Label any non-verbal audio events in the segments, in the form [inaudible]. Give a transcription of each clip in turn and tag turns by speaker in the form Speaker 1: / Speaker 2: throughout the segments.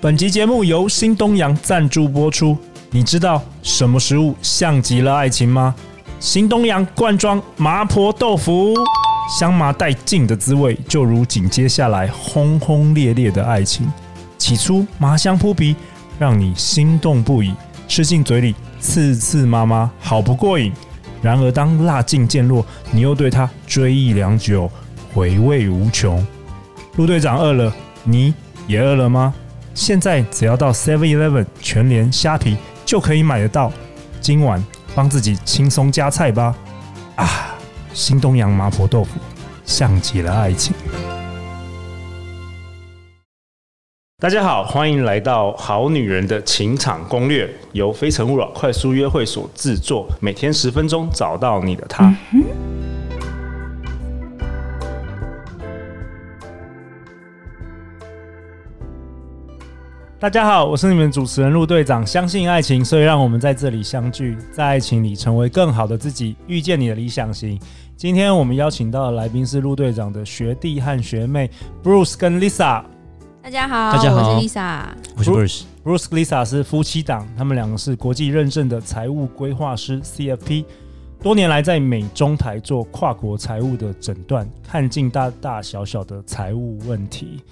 Speaker 1: 本集节目由新东阳赞助播出。你知道什么食物像极了爱情吗？新东阳罐装麻婆豆腐，香麻带劲的滋味，就如紧接下来轰轰烈烈的爱情。起初麻香扑鼻，让你心动不已，吃进嘴里刺刺麻麻，好不过瘾。然而当辣劲渐落，你又对它追忆良久，回味无穷。陆队长饿了，你也饿了吗？现在只要到 Seven Eleven 全联虾皮就可以买得到。今晚帮自己轻松加菜吧！啊，新东阳麻婆豆腐，像极了爱情。大家好，欢迎来到《好女人的情场攻略》，由非诚勿扰快速约会所制作，每天十分钟，找到你的他。大家好，我是你们主持人陆队长。相信爱情，所以让我们在这里相聚，在爱情里成为更好的自己，遇见你的理想型。今天我们邀请到的来宾是陆队长的学弟和学妹 Bruce 跟 Lisa。
Speaker 2: 大家好，
Speaker 3: 大家好
Speaker 2: 我是 Lisa。
Speaker 3: 我是 Bruce，
Speaker 1: Bruce Lisa 是夫妻档，他们两个是国际认证的财务规划师 CFP，多年来在美中台做跨国财务的诊断，看尽大大小小的财务问题。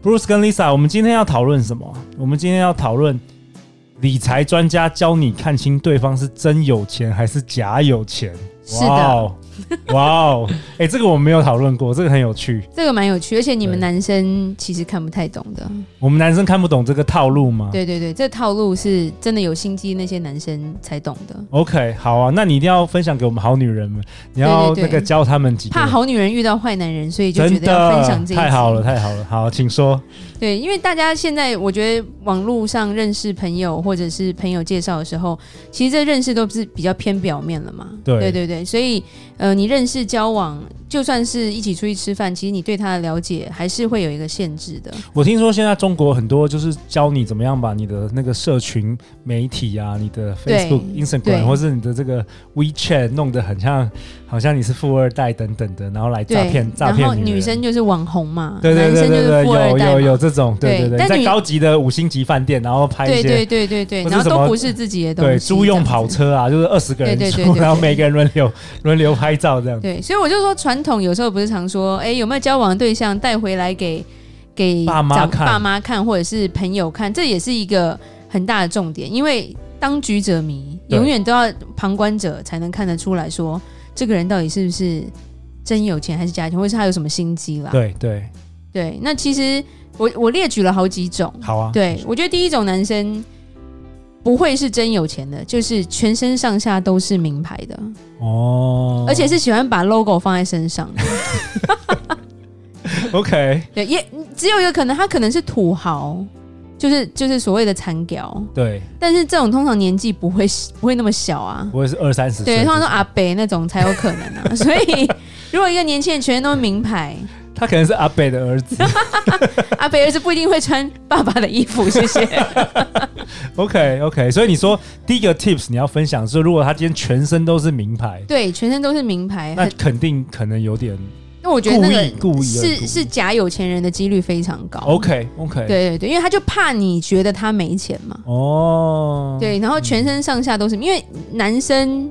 Speaker 1: Bruce 跟 Lisa，我们今天要讨论什么？我们今天要讨论理财专家教你看清对方是真有钱还是假有钱。
Speaker 2: 是的
Speaker 1: 哦，哇哦，哎，这个我们没有讨论过，这个很有趣。
Speaker 2: 这个蛮有趣，而且你们
Speaker 1: 对嗯
Speaker 2: 男生其实看不太懂的。
Speaker 1: 我们男生看不懂这个套路吗？
Speaker 2: 对对对，这套路是真的有心机那些男生才懂的。
Speaker 1: OK，好啊，那你一定要分享给我们好女人们，你要
Speaker 2: 对对对
Speaker 1: 那个教他们几个，
Speaker 2: 怕好女人遇到坏男人，所以就觉
Speaker 1: 真
Speaker 2: 得要分享
Speaker 1: 的
Speaker 2: 这一集
Speaker 1: 太好了，。太好了，好，请说。
Speaker 2: 对，因为大家现在我觉得网络上认识朋友或者是朋友介绍的时候，其实这认识都是比较偏表面了嘛。
Speaker 1: 对
Speaker 2: 对对对所以呃，你认识交往，就算是一起出去吃饭，其实你对他的了解还是会有一个限制的。
Speaker 1: 我听说现在中国很多就是教你怎么样把你的那个社群媒体啊，你的
Speaker 2: 对
Speaker 1: Facebook、
Speaker 2: 对
Speaker 1: Instagram 或是你的这个 WeChat 弄得很像，好像你是富二代等等的，然后来诈
Speaker 2: 对
Speaker 1: 骗，诈
Speaker 2: 然后
Speaker 1: 骗
Speaker 2: 女
Speaker 1: 人。
Speaker 2: 生就是网红嘛，
Speaker 1: 对对对
Speaker 2: 男
Speaker 1: 对
Speaker 2: 生就是
Speaker 1: 对，
Speaker 2: 富
Speaker 1: 有
Speaker 2: 二代
Speaker 1: 有
Speaker 2: 嘛
Speaker 1: 有这种，对
Speaker 2: 对
Speaker 1: 对对，
Speaker 2: 但
Speaker 1: 在
Speaker 2: 女
Speaker 1: 高级的五星级饭店，然后拍一
Speaker 2: 对
Speaker 1: 些
Speaker 2: 对对对对，
Speaker 1: 不是
Speaker 2: 然后
Speaker 1: 什
Speaker 2: 都
Speaker 1: 么
Speaker 2: 不是自己的东西，
Speaker 1: 对租用跑
Speaker 2: 这样子。
Speaker 1: 车啊，就是二十个人
Speaker 2: 对对对
Speaker 1: 租，
Speaker 2: 对
Speaker 1: 然后
Speaker 2: 对
Speaker 1: 每个人轮流 [laughs] 轮流拍照这样。
Speaker 2: 对，所以我就说，传统有时候不是常说，哎，有没有交往对象带回来给给
Speaker 1: 爸妈
Speaker 2: 长
Speaker 1: 看
Speaker 2: 爸妈看，或者是朋友看，这也是一个很大的重点，因为当局者迷，
Speaker 1: 对
Speaker 2: 永远都要旁观者才能看得出来说，这个人到底是不是真有钱还是假有钱，或者是他有什么心机啦。
Speaker 1: 对对，
Speaker 2: 对，那其实我我列举了好几种，
Speaker 1: 好啊，
Speaker 2: 对，我觉得第一种男生不会是真有钱的，就是全身上下都是名牌的，
Speaker 1: 哦，
Speaker 2: 而且是喜欢把 logo 放在身
Speaker 1: [laughs]
Speaker 2: 上的。
Speaker 1: OK，
Speaker 2: 对，也只有一个可能，他可能是土豪，就是就是所谓的残屌，
Speaker 1: 对，
Speaker 2: 但是这种通常年纪不会不会那么小啊。
Speaker 1: 我也是二三十岁，
Speaker 2: 对，通常都阿北那种才有可能啊。 [laughs] 所以，如果一个年轻人全身都是名牌，
Speaker 1: 他可能是阿北的儿
Speaker 2: [laughs]
Speaker 1: 子
Speaker 2: 阿北儿子不一定会穿爸爸的衣服。谢谢。
Speaker 1: [laughs] ，OK OK，所以你说第一个 tips 你要分享是，如果他今天全身都是名牌，
Speaker 2: 对，全身都是名牌，
Speaker 1: 那
Speaker 2: 很
Speaker 1: 肯定可能有点
Speaker 2: 那我觉得那个
Speaker 1: 故意故意而故
Speaker 2: 是
Speaker 1: 意
Speaker 2: 是假有钱人的几率非常高。
Speaker 1: OK OK，，
Speaker 2: 对对对，因为他就怕你觉得他没钱嘛。
Speaker 1: 哦，，
Speaker 2: 对，然后全身上下都是，因为男生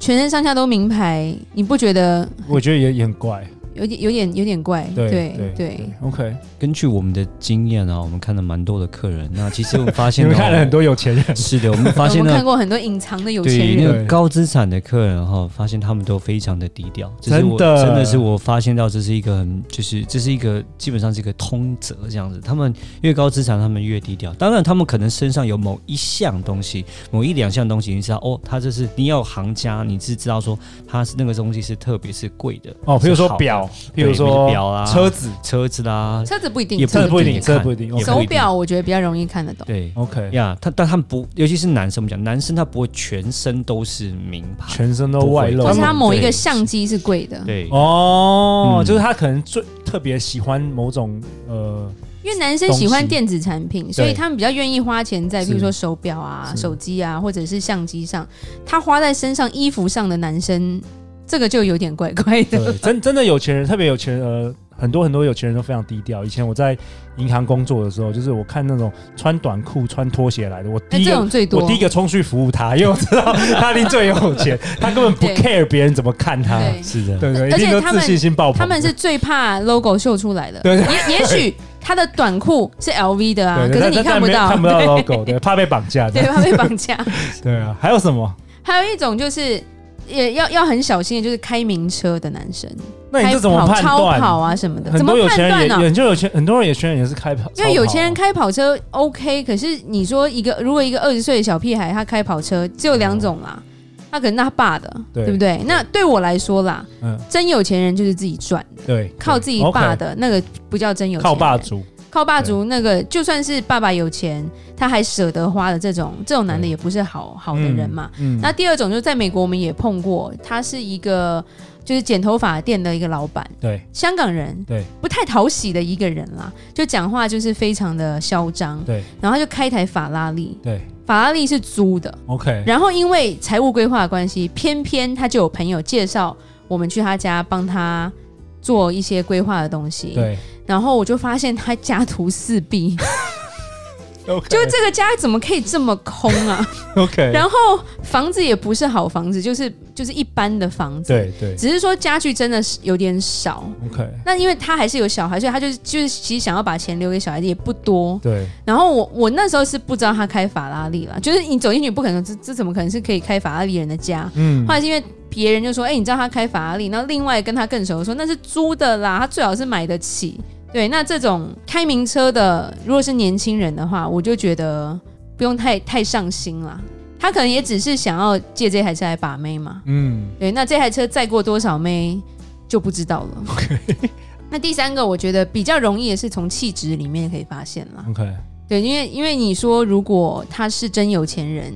Speaker 2: 全身上下都名牌，你不觉得
Speaker 1: 我觉得也也很怪，
Speaker 2: 有点有点有点怪？
Speaker 1: 对
Speaker 2: 对
Speaker 1: 对 OK，
Speaker 3: 根据我们的经验啊，我们看了蛮多的客人，那其实我们发
Speaker 1: 你 [laughs]
Speaker 3: 现、哦，
Speaker 1: 们看了很，多有钱
Speaker 3: [laughs]
Speaker 1: 人，
Speaker 3: 是的，我们发
Speaker 2: 我
Speaker 3: 现
Speaker 2: 们
Speaker 3: 呢
Speaker 2: 看，过很多隐藏的有
Speaker 3: 对
Speaker 2: 钱
Speaker 3: 那
Speaker 2: 人，
Speaker 3: 个高资产的客人哈、发现他们都非常的低调，这是
Speaker 1: 真
Speaker 3: 我
Speaker 1: 的
Speaker 3: 真的是我发现到这是一个很就是这是一个基本上是一个通则这样子，他们越高资产，他们越低调。当然，他们可能身上有某一项东西，某一两项东西，你知道哦，他这是你要有行家，你是知道说他是那个东西是特别是贵的
Speaker 1: 哦，比如说
Speaker 3: 是好的
Speaker 1: 表，比如
Speaker 3: 对
Speaker 1: 说
Speaker 3: 表啊
Speaker 1: 车子，
Speaker 3: 车子啦，
Speaker 2: 车子不一定，
Speaker 3: 也
Speaker 1: 车子不一定，
Speaker 3: 也
Speaker 1: 车子
Speaker 3: 看
Speaker 1: 不一定哦，OK
Speaker 3: 也不
Speaker 2: 手
Speaker 3: 一定
Speaker 2: 表我觉得比较容易看得懂。
Speaker 3: 对
Speaker 1: 啊 OK，
Speaker 3: 呀他但他们不，尤其是男生，我们讲男生他不会全身都是名牌，
Speaker 1: 全身都外露
Speaker 3: 不
Speaker 2: 或
Speaker 3: 会
Speaker 2: 是
Speaker 3: 他
Speaker 2: 他
Speaker 3: 们
Speaker 2: 某一个
Speaker 3: 对
Speaker 2: 相机是贵的，
Speaker 3: 对，
Speaker 1: 哦，
Speaker 3: 嗯
Speaker 1: 就是他可能最特别喜欢某种
Speaker 2: [laughs]
Speaker 1: 呃，
Speaker 2: 因为男生喜欢电子产品，所以他们比较愿意花钱在，
Speaker 1: 是
Speaker 2: 譬如说手表啊、
Speaker 1: 是
Speaker 2: 手机啊，或者是相机上。他花在身上、衣服上的男生，这个就有点怪怪的。
Speaker 1: 对，真真的有钱人，特别有钱人，呃，很多很多有钱人都非常低调。以前我在银行工作的时候，就是我看那种穿短裤、穿拖鞋来的，我
Speaker 2: 那
Speaker 1: 第一
Speaker 2: 哎这
Speaker 1: 个
Speaker 2: 种最多。
Speaker 1: 我第一个冲去服务他，因为我知道他一定最有
Speaker 2: [laughs]
Speaker 1: 钱，他根本不
Speaker 2: 对
Speaker 1: care 别人怎么看他，
Speaker 2: 对
Speaker 3: 是的，
Speaker 1: 对不对？一
Speaker 2: 而且
Speaker 1: 定都
Speaker 2: 他
Speaker 1: 自
Speaker 2: 们
Speaker 1: 信心爆棚。
Speaker 2: 他们是最怕 logo 秀出来的。
Speaker 1: 对
Speaker 2: 也也许他的短裤是 LV 的啊，
Speaker 1: 对，对
Speaker 2: 可是
Speaker 1: 但
Speaker 2: 你
Speaker 1: 但
Speaker 2: 看不
Speaker 1: 没
Speaker 2: 到，
Speaker 1: 看不到 logo，对，怕被绑架
Speaker 2: [laughs] 对，
Speaker 1: 的，
Speaker 2: 怕被绑架。
Speaker 1: 对啊。还有什么？
Speaker 2: 还有一种就是也要要很小心的，就是开名车的男生，
Speaker 1: 那你这怎么
Speaker 2: 开跑
Speaker 1: 判
Speaker 2: 超跑
Speaker 1: 断？
Speaker 2: 啊什么的，
Speaker 1: 很
Speaker 2: 怎么
Speaker 1: 多有
Speaker 2: 判
Speaker 1: 钱人
Speaker 2: 断
Speaker 1: 也，
Speaker 2: 呢、
Speaker 1: 很多有钱，很多人有钱人也是开跑，
Speaker 2: 因为有钱人
Speaker 1: 超跑啊
Speaker 2: 开跑车 OK，可是你说一个如果一个二十岁的小屁孩他开跑车，只有两种啦，他可能是他爸的，
Speaker 1: 对
Speaker 2: 对不对？那对我来说啦，
Speaker 1: 嗯，
Speaker 2: 真有钱人就是自己赚的，
Speaker 1: 对，
Speaker 2: 靠自己
Speaker 1: 对
Speaker 2: 爸
Speaker 1: OK，
Speaker 2: 的那个不叫真有钱
Speaker 1: 靠
Speaker 2: 人，
Speaker 1: 霸主，
Speaker 2: 靠霸族那个，就算是爸爸有钱，他还舍得花的这种这种男的，
Speaker 1: 对
Speaker 2: 也不是好好的人嘛。
Speaker 1: 嗯，
Speaker 2: 那第二种就是在美国我们也碰过，他是一个就是剪头发店的一个老板，
Speaker 1: 对
Speaker 2: 香港人，
Speaker 1: 对，
Speaker 2: 不太讨喜的一个人啦，就讲话就是非常的嚣张，
Speaker 1: 对
Speaker 2: 然后他就开一台法拉利，
Speaker 1: 对
Speaker 2: 法拉利是租的，
Speaker 1: ，OK，
Speaker 2: 然后因为财务规划的关系，偏偏他就有朋友介绍我们去他家帮他做一些规划的东西，
Speaker 1: 对
Speaker 2: 然后我就发现他家徒四壁，
Speaker 1: ，OK，
Speaker 2: 就这个家怎么可以这么空啊？
Speaker 1: [laughs] OK，
Speaker 2: 然后房子也不是好房子，就是就是一般的房子，
Speaker 1: 对对
Speaker 2: 只是说家具真的是有点少。
Speaker 1: ，OK，
Speaker 2: 那因为他还是有小孩，所以他就是就是其实想要把钱留给小孩子也不多。
Speaker 1: 对
Speaker 2: 然后我我那时候是不知道他开法拉利啦，就是你走进去不可能，这这怎么可能是可以开法拉利人的家？
Speaker 1: 嗯
Speaker 2: 后，来是因为别人就说，哎、你知道他开法拉利，然后另外跟他更熟的说那是租的啦，他最好是买得起。对，那这种开名车的，如果是年轻人的话，我就觉得不用太太上心啦。他可能也只是想要借这台车来把妹嘛。
Speaker 1: 嗯，
Speaker 2: 对，那这台车载过多少妹就不知道了。 [laughs] 那第三个，我觉得比较容易的是从气质里面可以发现啦。
Speaker 1: OK，
Speaker 2: 对，因为因为你说，如果他是真有钱人，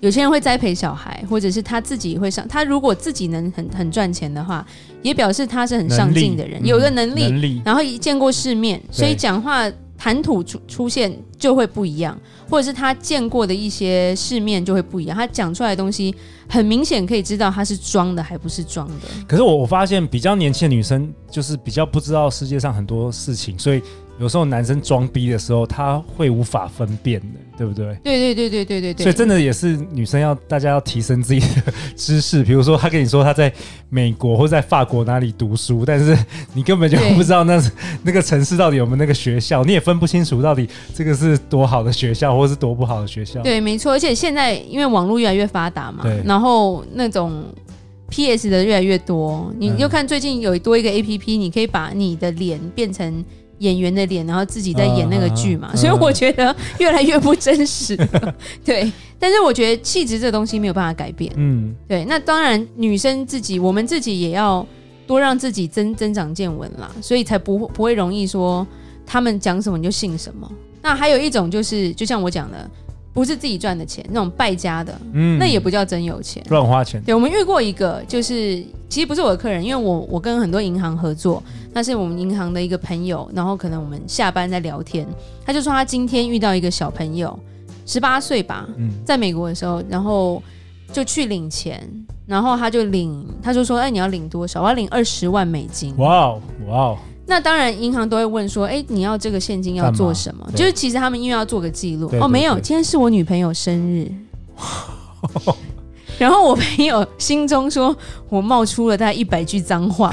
Speaker 2: 有钱人会栽培小孩，或者是他自己会上，他如果自己能很很赚钱的话，也表示他是很上进的人，
Speaker 1: 能力嗯
Speaker 2: 有个能力，
Speaker 1: 能力，
Speaker 2: 然后也见过世面，所以讲话谈吐出出现就会不一样，或者是他见过的一些世面就会不一样，他讲出来的东西很明显可以知道他是装的还不是装的，
Speaker 1: 可是我我发现比较年轻的女生就是比较不知道世界上很多事情，所以有时候男生装逼的时候，他会无法分辨的，对不对？
Speaker 2: 对对对对对对
Speaker 1: 所以
Speaker 2: 对，
Speaker 1: 真的也是女生要大家要提升自己的知识，比如说他跟你说他在美国或在法国哪里读书，但是你根本就
Speaker 2: 对
Speaker 1: 不知道那是那个城市到底有没有那个学校，你也分不清楚到底这个是多好的学校或是多不好的学校。
Speaker 2: 对，没错，而且现在因为网络越来越发达嘛
Speaker 1: 对，
Speaker 2: 然后那种 PS 的越来越多，你
Speaker 1: 嗯
Speaker 2: 就看最近有多一个 APP，你可以把你的脸变成。演员的脸，然后自己在演那个剧嘛，
Speaker 1: 嗯嗯嗯
Speaker 2: 所以我觉得越来越不真实了 [laughs] 对，但是我觉得气质这东西没有办法改变。
Speaker 1: 嗯，
Speaker 2: 对，那当然女生自己，我们自己也要多让自己增增长见闻啦，所以才不会不会容易说他们讲什么你就信什么。那还有一种就是，就像我讲的，不是自己赚的钱，那种败家的，
Speaker 1: 嗯，
Speaker 2: 那也不叫真有钱。
Speaker 1: 乱花钱。
Speaker 2: 对，我们遇过一个，就是其实不是我的客人，因为我我跟很多银行合作，那是我们银行的一个朋友，然后可能我们下班在聊天，他就说他今天遇到一个小朋友，十八岁吧，
Speaker 1: 嗯，
Speaker 2: 在美国的时候，然后就去领钱，然后他就领，他就说：“哎，你要领多少？我要领二十万美金。
Speaker 1: 哇哦，哇哦，”
Speaker 2: 那当然，银行都会问说：“哎，你要这个现金要做什么
Speaker 1: 干？”嘛
Speaker 2: 就是其实他们因为要做个记录
Speaker 1: 对。对
Speaker 2: 哦，没有，
Speaker 1: 对
Speaker 2: 今天是我女朋友
Speaker 1: [laughs]
Speaker 2: 生日。然后我朋友心中说，我冒出了大概一百句脏话，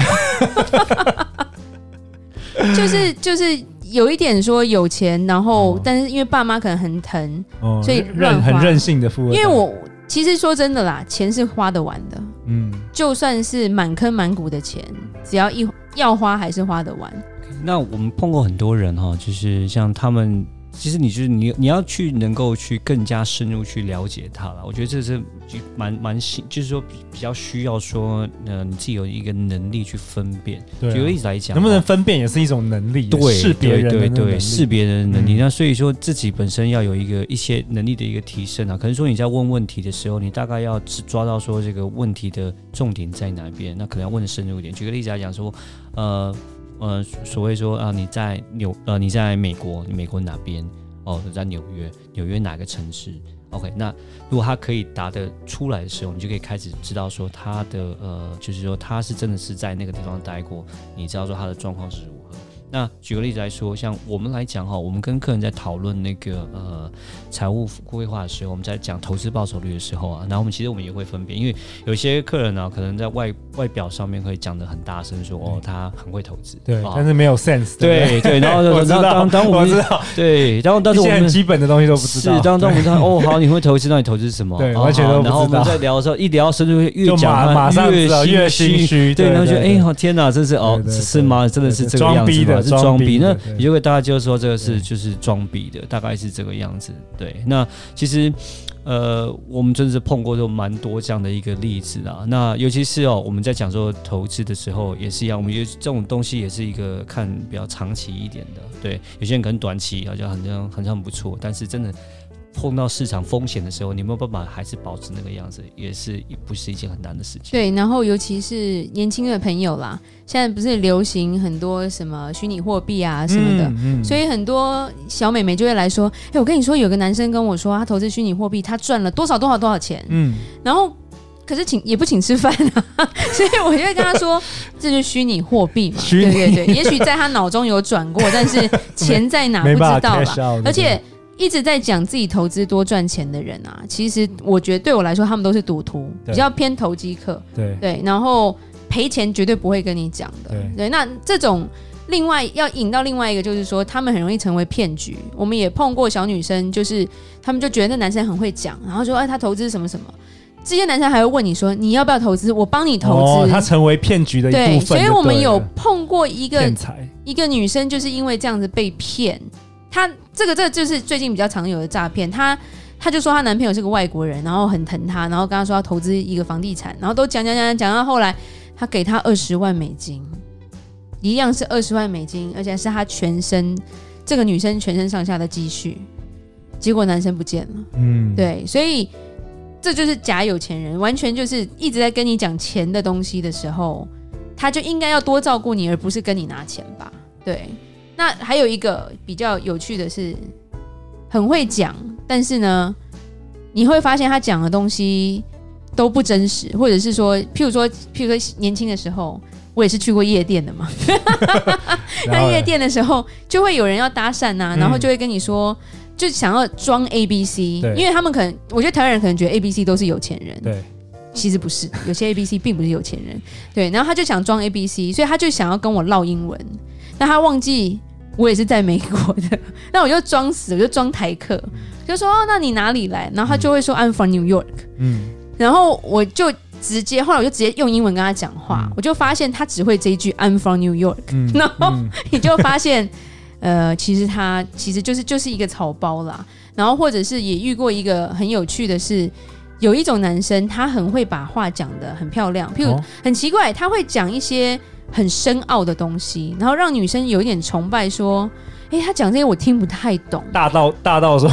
Speaker 2: [laughs] 就是就是有一点说有钱，然后、
Speaker 1: 哦
Speaker 2: 但是因为爸妈可能很疼，
Speaker 1: 哦
Speaker 2: 所以
Speaker 1: 任
Speaker 2: 乱花
Speaker 1: 很任性的富二代，
Speaker 2: 因为我其实说真的啦，钱是花得完的，
Speaker 1: 嗯。
Speaker 2: 就算是满坑满谷的钱，只要一要花还是花得完。
Speaker 3: 那我们碰过很多人哈、就是像他们。其实你就是你，你要去能够去更加深入去了解他了。我觉得这是就蛮蛮幸，就是说比比较需要说，呃，你自己有一个能力去分辨。
Speaker 1: 对啊
Speaker 3: 举个例子来讲，
Speaker 1: 能不能
Speaker 3: 哦
Speaker 1: 分辨也是一种能力，
Speaker 3: 对
Speaker 1: 识别人的
Speaker 3: 对
Speaker 1: 那种
Speaker 3: 对
Speaker 1: 能力
Speaker 3: 对，识别人的能力。
Speaker 1: 嗯
Speaker 3: 那所以说自己本身要有一个一些能力的一个提升啊。可能说你在问问题的时候，你大概要只抓到说这个问题的重点在哪边，那可能要问的深入一点。举个例子来讲说，呃呃，所谓说啊、你在纽呃你在美国，美国哪边？哦，在纽约，纽约哪个城市？OK，那如果他可以答得出来的时候，你就可以开始知道说他的呃，就是说他是真的是在那个地方待过，你知道说他的状况是如何。那举个例子来说，像我们来讲哈，我们跟客人在讨论那个呃财务规划的时候，我们在讲投资报酬率的时候啊，然后我们其实我们也会分辨，因为有些客人呢、啊可能在外外表上面可以讲的很大声说哦，他很会投资，
Speaker 1: 对，但
Speaker 3: 啊、
Speaker 1: 是没有 sense，不
Speaker 3: 对哦对，然后
Speaker 1: 我知
Speaker 3: 然后
Speaker 1: 道，
Speaker 3: 当当我
Speaker 1: [laughs] 我知
Speaker 3: 们
Speaker 1: 道，
Speaker 3: 对，然后但
Speaker 1: 一
Speaker 3: 是我
Speaker 1: 些很
Speaker 3: 们
Speaker 1: 基本的东西都不知
Speaker 3: 是
Speaker 1: 道，
Speaker 3: 当当我们看哦，好，你会投资，那你投资什么？
Speaker 1: 对
Speaker 3: 哦
Speaker 1: 完全都
Speaker 3: 好
Speaker 1: 不
Speaker 3: 然后我
Speaker 1: 知道
Speaker 3: 们在聊的时候，一聊深入越
Speaker 1: 就
Speaker 3: 讲
Speaker 1: 马马上知道，越
Speaker 3: 心
Speaker 1: 心虚，
Speaker 3: 对，然后觉得哎，
Speaker 1: 对
Speaker 3: 好天哪，真是哦
Speaker 1: 对，对对
Speaker 3: 是吗？真的是这个
Speaker 1: 装
Speaker 3: 样子
Speaker 1: 逼
Speaker 3: 吗？
Speaker 1: 的
Speaker 3: 是装逼。
Speaker 1: 装逼的
Speaker 3: 那
Speaker 1: 对
Speaker 3: 你就会大家就说这个是
Speaker 1: 对
Speaker 3: 就是装逼的，大概是这个样子。对，那其实呃，我们真的是碰过就蛮多这样的一个例子啦。那尤其是哦，我们在讲说投资的时候也是一样，我们觉得这种东西也是一个看比较长期一点的。对，有些人可能短期好像很像很像不错，但是真的。碰到市场风险的时候，你有没有办法还是保持那个样子，也是不是一件很难的事情。
Speaker 2: 对，然后尤其是年轻的朋友啦，现在不是流行很多什么虚拟货币啊什么的，
Speaker 1: 嗯
Speaker 2: 所以很多小美眉就会来说：“哎、我跟你说，有个男生跟我说，他投资虚拟货币，他赚了多少多少多少钱。
Speaker 1: 嗯，
Speaker 2: 然后可是请也不请吃饭啊， [laughs] 所以我就会跟他
Speaker 1: [laughs]
Speaker 2: 说，这就是虚拟货币嘛，
Speaker 1: 虚
Speaker 2: 对
Speaker 1: 拟
Speaker 2: 对对，也许在他脑中有转过，但是钱在哪
Speaker 1: [laughs]
Speaker 2: 不
Speaker 1: 没
Speaker 2: 知
Speaker 1: 办法
Speaker 2: 道
Speaker 1: cash
Speaker 2: 啦。
Speaker 1: out，
Speaker 2: 而且一直在讲自己投资多赚钱的人啊，其实我觉得对我来说，他们都是赌徒，
Speaker 1: 对
Speaker 2: 比较偏投机客，
Speaker 1: 对
Speaker 2: 对，然后赔钱绝对不会跟你讲的，
Speaker 1: 对
Speaker 2: 对，那这种。另外要引到另外一个，就是说他们很容易成为骗局。我们也碰过小女生，就是他们就觉得那男生很会讲，然后说哎他投资什么什么，这些男生还会问你说你要不要投资，我帮你投
Speaker 1: 哦
Speaker 2: 资。
Speaker 1: 它成为骗局的一
Speaker 2: 对，
Speaker 1: 部
Speaker 2: 所
Speaker 1: 分就对了，
Speaker 2: 以我们有碰过一个
Speaker 1: 骗财，
Speaker 2: 一个女生就是因为这样子被骗，她这个这个就是最近比较常有的诈骗，她。她就说她男朋友是个外国人，然后很疼她，然后跟她说要投资一个房地产，然后都讲讲讲讲讲到后来，她给她二十万美金，一样是二十万美金，而且是她全身这个女生全身上下的积蓄，结果男生不见了。
Speaker 1: 嗯，
Speaker 2: 对，所以这就是假有钱人，完全就是一直在跟你讲钱的东西的时候，他就应该要多照顾你，而不是跟你拿钱吧？对。那还有一个比较有趣的是，很会讲，但是呢，你会发现他讲的东西都不真实，或者是说，譬如说，譬如说年轻的时候，我也是去过夜店的嘛，
Speaker 1: 然
Speaker 2: 那
Speaker 1: 后
Speaker 2: 夜
Speaker 1: 呢
Speaker 2: 店的时候，就会有人要搭讪呐、
Speaker 1: 嗯
Speaker 2: 然后就会跟你说，就想要装 A B C，
Speaker 1: 对
Speaker 2: 因为他们可能，我觉得台湾人可能觉得 A B C 都是有钱人，
Speaker 1: 对
Speaker 2: 其实不是，有些 A B C 并不是有钱人，对，然后他就想装 A B C，所以他就想要跟我唠英文，但他忘记我也是在美国的， [laughs] 那我就装死，我就装台客，就说哦，那你哪里来？然后他就会说、I'm from New York，
Speaker 1: 嗯，
Speaker 2: 然后我就直接，后来我就直接用英文跟他讲话，
Speaker 1: 嗯
Speaker 2: 我就发现他只会这一句 I'm from New York。 [laughs]
Speaker 1: 嗯
Speaker 2: 然后
Speaker 1: 嗯
Speaker 2: 你就发现，呃，其实他其实就是就是一个草包啦。然后或者是也遇过一个很有趣的是，有一种男生他很会把话讲得很漂亮，譬如、
Speaker 1: 哦
Speaker 2: 很奇怪，他会讲一些很深奥的东西，然后让女生有一点崇拜，说，诶，他讲这些我听不太懂。
Speaker 1: 大到大到
Speaker 2: [laughs]
Speaker 1: 说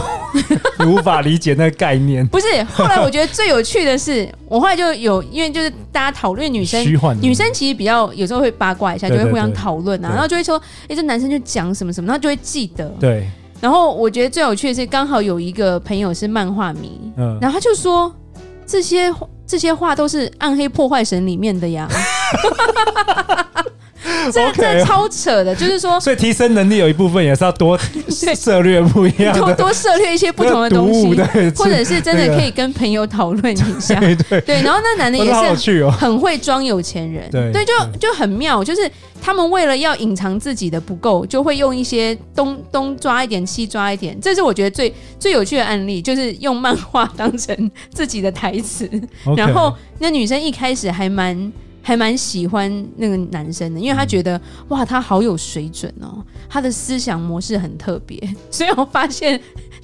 Speaker 1: 你无法理解那个概念，
Speaker 2: 不是，后来我觉得最有趣的是，我后来就有，因为就是大家讨论女生
Speaker 1: 虚幻的
Speaker 2: 女生其实比较有时候会八卦一下，就
Speaker 1: 对
Speaker 2: 会互
Speaker 1: 对
Speaker 2: 相
Speaker 1: 对
Speaker 2: 讨论啊，
Speaker 1: 对
Speaker 2: 然后就会说，哎、这男生就讲什么什么，然后就会记得。
Speaker 1: 对，
Speaker 2: 然后我觉得最有趣的是，刚好有一个朋友是漫画迷，
Speaker 1: 嗯，
Speaker 2: 然后他就说这些这些话都是《暗黑破坏神》里面的
Speaker 1: [laughs]
Speaker 2: 呀。这
Speaker 1: OK
Speaker 2: 这超扯的，就
Speaker 1: [laughs]
Speaker 2: 是说
Speaker 1: 所以提升能力有一部分也是要
Speaker 2: [laughs]
Speaker 1: 多 [laughs] 涉略不一样
Speaker 2: 多
Speaker 1: 的
Speaker 2: 多涉猎一些不同的东
Speaker 1: [laughs] 那个毒
Speaker 2: 西
Speaker 1: 物，对，
Speaker 2: 或者是真
Speaker 1: 那
Speaker 2: 的
Speaker 1: 个
Speaker 2: 可以跟朋友讨论一下。
Speaker 1: [laughs] 对对，
Speaker 2: 对，然后那男的
Speaker 1: 我
Speaker 2: 也
Speaker 1: 觉得好有
Speaker 2: 是啊
Speaker 1: 趣哦，
Speaker 2: 很会装有钱人，
Speaker 1: 对
Speaker 2: 就
Speaker 1: 对
Speaker 2: 就很妙，就是他们为了要隐藏自己的不够，就会用一些东东抓一点，西抓一点，这是我觉得最最有趣的案例，就是用漫画当成自己的台词。
Speaker 1: OK
Speaker 2: 然后那女生一开始还蛮还蛮喜欢那个男生的，因为她觉得、哇，他好有水准哦，他的思想模式很特别。 [laughs] 所以我发现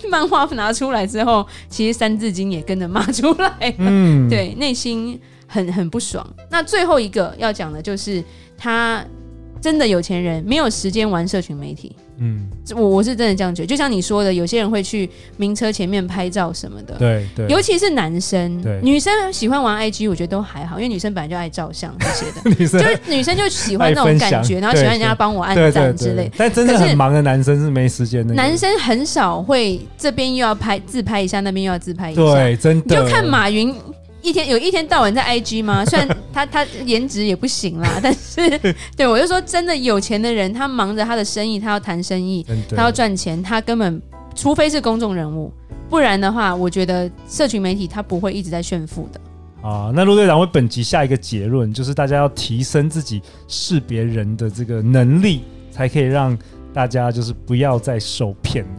Speaker 2: 漫画拿出来之后，其实《三字经》也跟着骂出来了。 [laughs]
Speaker 1: 嗯，
Speaker 2: 对，内心很很不爽。那最后一个要讲的就是，他真的有钱人没有时间玩社群媒体，
Speaker 1: 嗯，
Speaker 2: 这我我是真的这样觉得。就像你说的，有些人会去名车前面拍照什么的。
Speaker 1: 对对， [laughs]
Speaker 2: 尤其是男生
Speaker 1: 对，
Speaker 2: 女生喜欢玩 IG，我觉得都还好，因为女生本来就爱照相这些
Speaker 1: [laughs]
Speaker 2: 的，
Speaker 1: 女生
Speaker 2: 就是女生就喜欢
Speaker 1: 爱
Speaker 2: 那种
Speaker 1: 分
Speaker 2: 感
Speaker 1: 享
Speaker 2: 觉，然后
Speaker 1: 对
Speaker 2: 喜欢人家帮我按
Speaker 1: 对对
Speaker 2: 赞
Speaker 1: 对
Speaker 2: 之类
Speaker 1: 对。但真的
Speaker 2: 可是
Speaker 1: 很忙的男生是没时间的，
Speaker 2: 男生很少会这边又要拍自拍一下，那边又要自拍一下，
Speaker 1: 对，真
Speaker 2: 你
Speaker 1: 的
Speaker 2: 就看马云。一天有一天到晚在 IG 吗？
Speaker 1: [laughs]
Speaker 2: 虽然他他颜值也不行啦，但是对我就说真的，有钱的人他忙着他的生意，他要谈生意，
Speaker 1: 真
Speaker 2: 他要
Speaker 1: 的，
Speaker 2: 赚钱，他根本除非是公众人物，不然的话，我觉得社群媒体他不会一直在炫富的。
Speaker 1: 啊，那陆队长为本集下一个结论，就是大家要提升自己识别人的这个能力，才可以让大家就是不要再受骗了。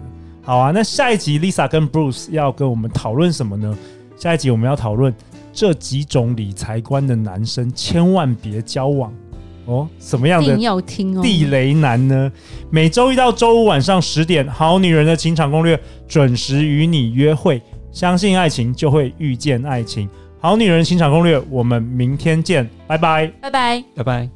Speaker 1: 好啊，那下一集 Lisa 跟 Bruce 要跟我们讨论什么呢？下一集我们要讨论这几种理财观的男生千万别交往哦，什么样
Speaker 2: 一
Speaker 1: 的
Speaker 2: 定要听哦，
Speaker 1: 地雷男呢？每周一到周五晚上十点，《好女人的情场攻略》准时与你约会。相信爱情，就会遇见爱情。《好女人情场攻略》，我们明天见，拜拜。
Speaker 2: 拜拜。
Speaker 3: 拜拜。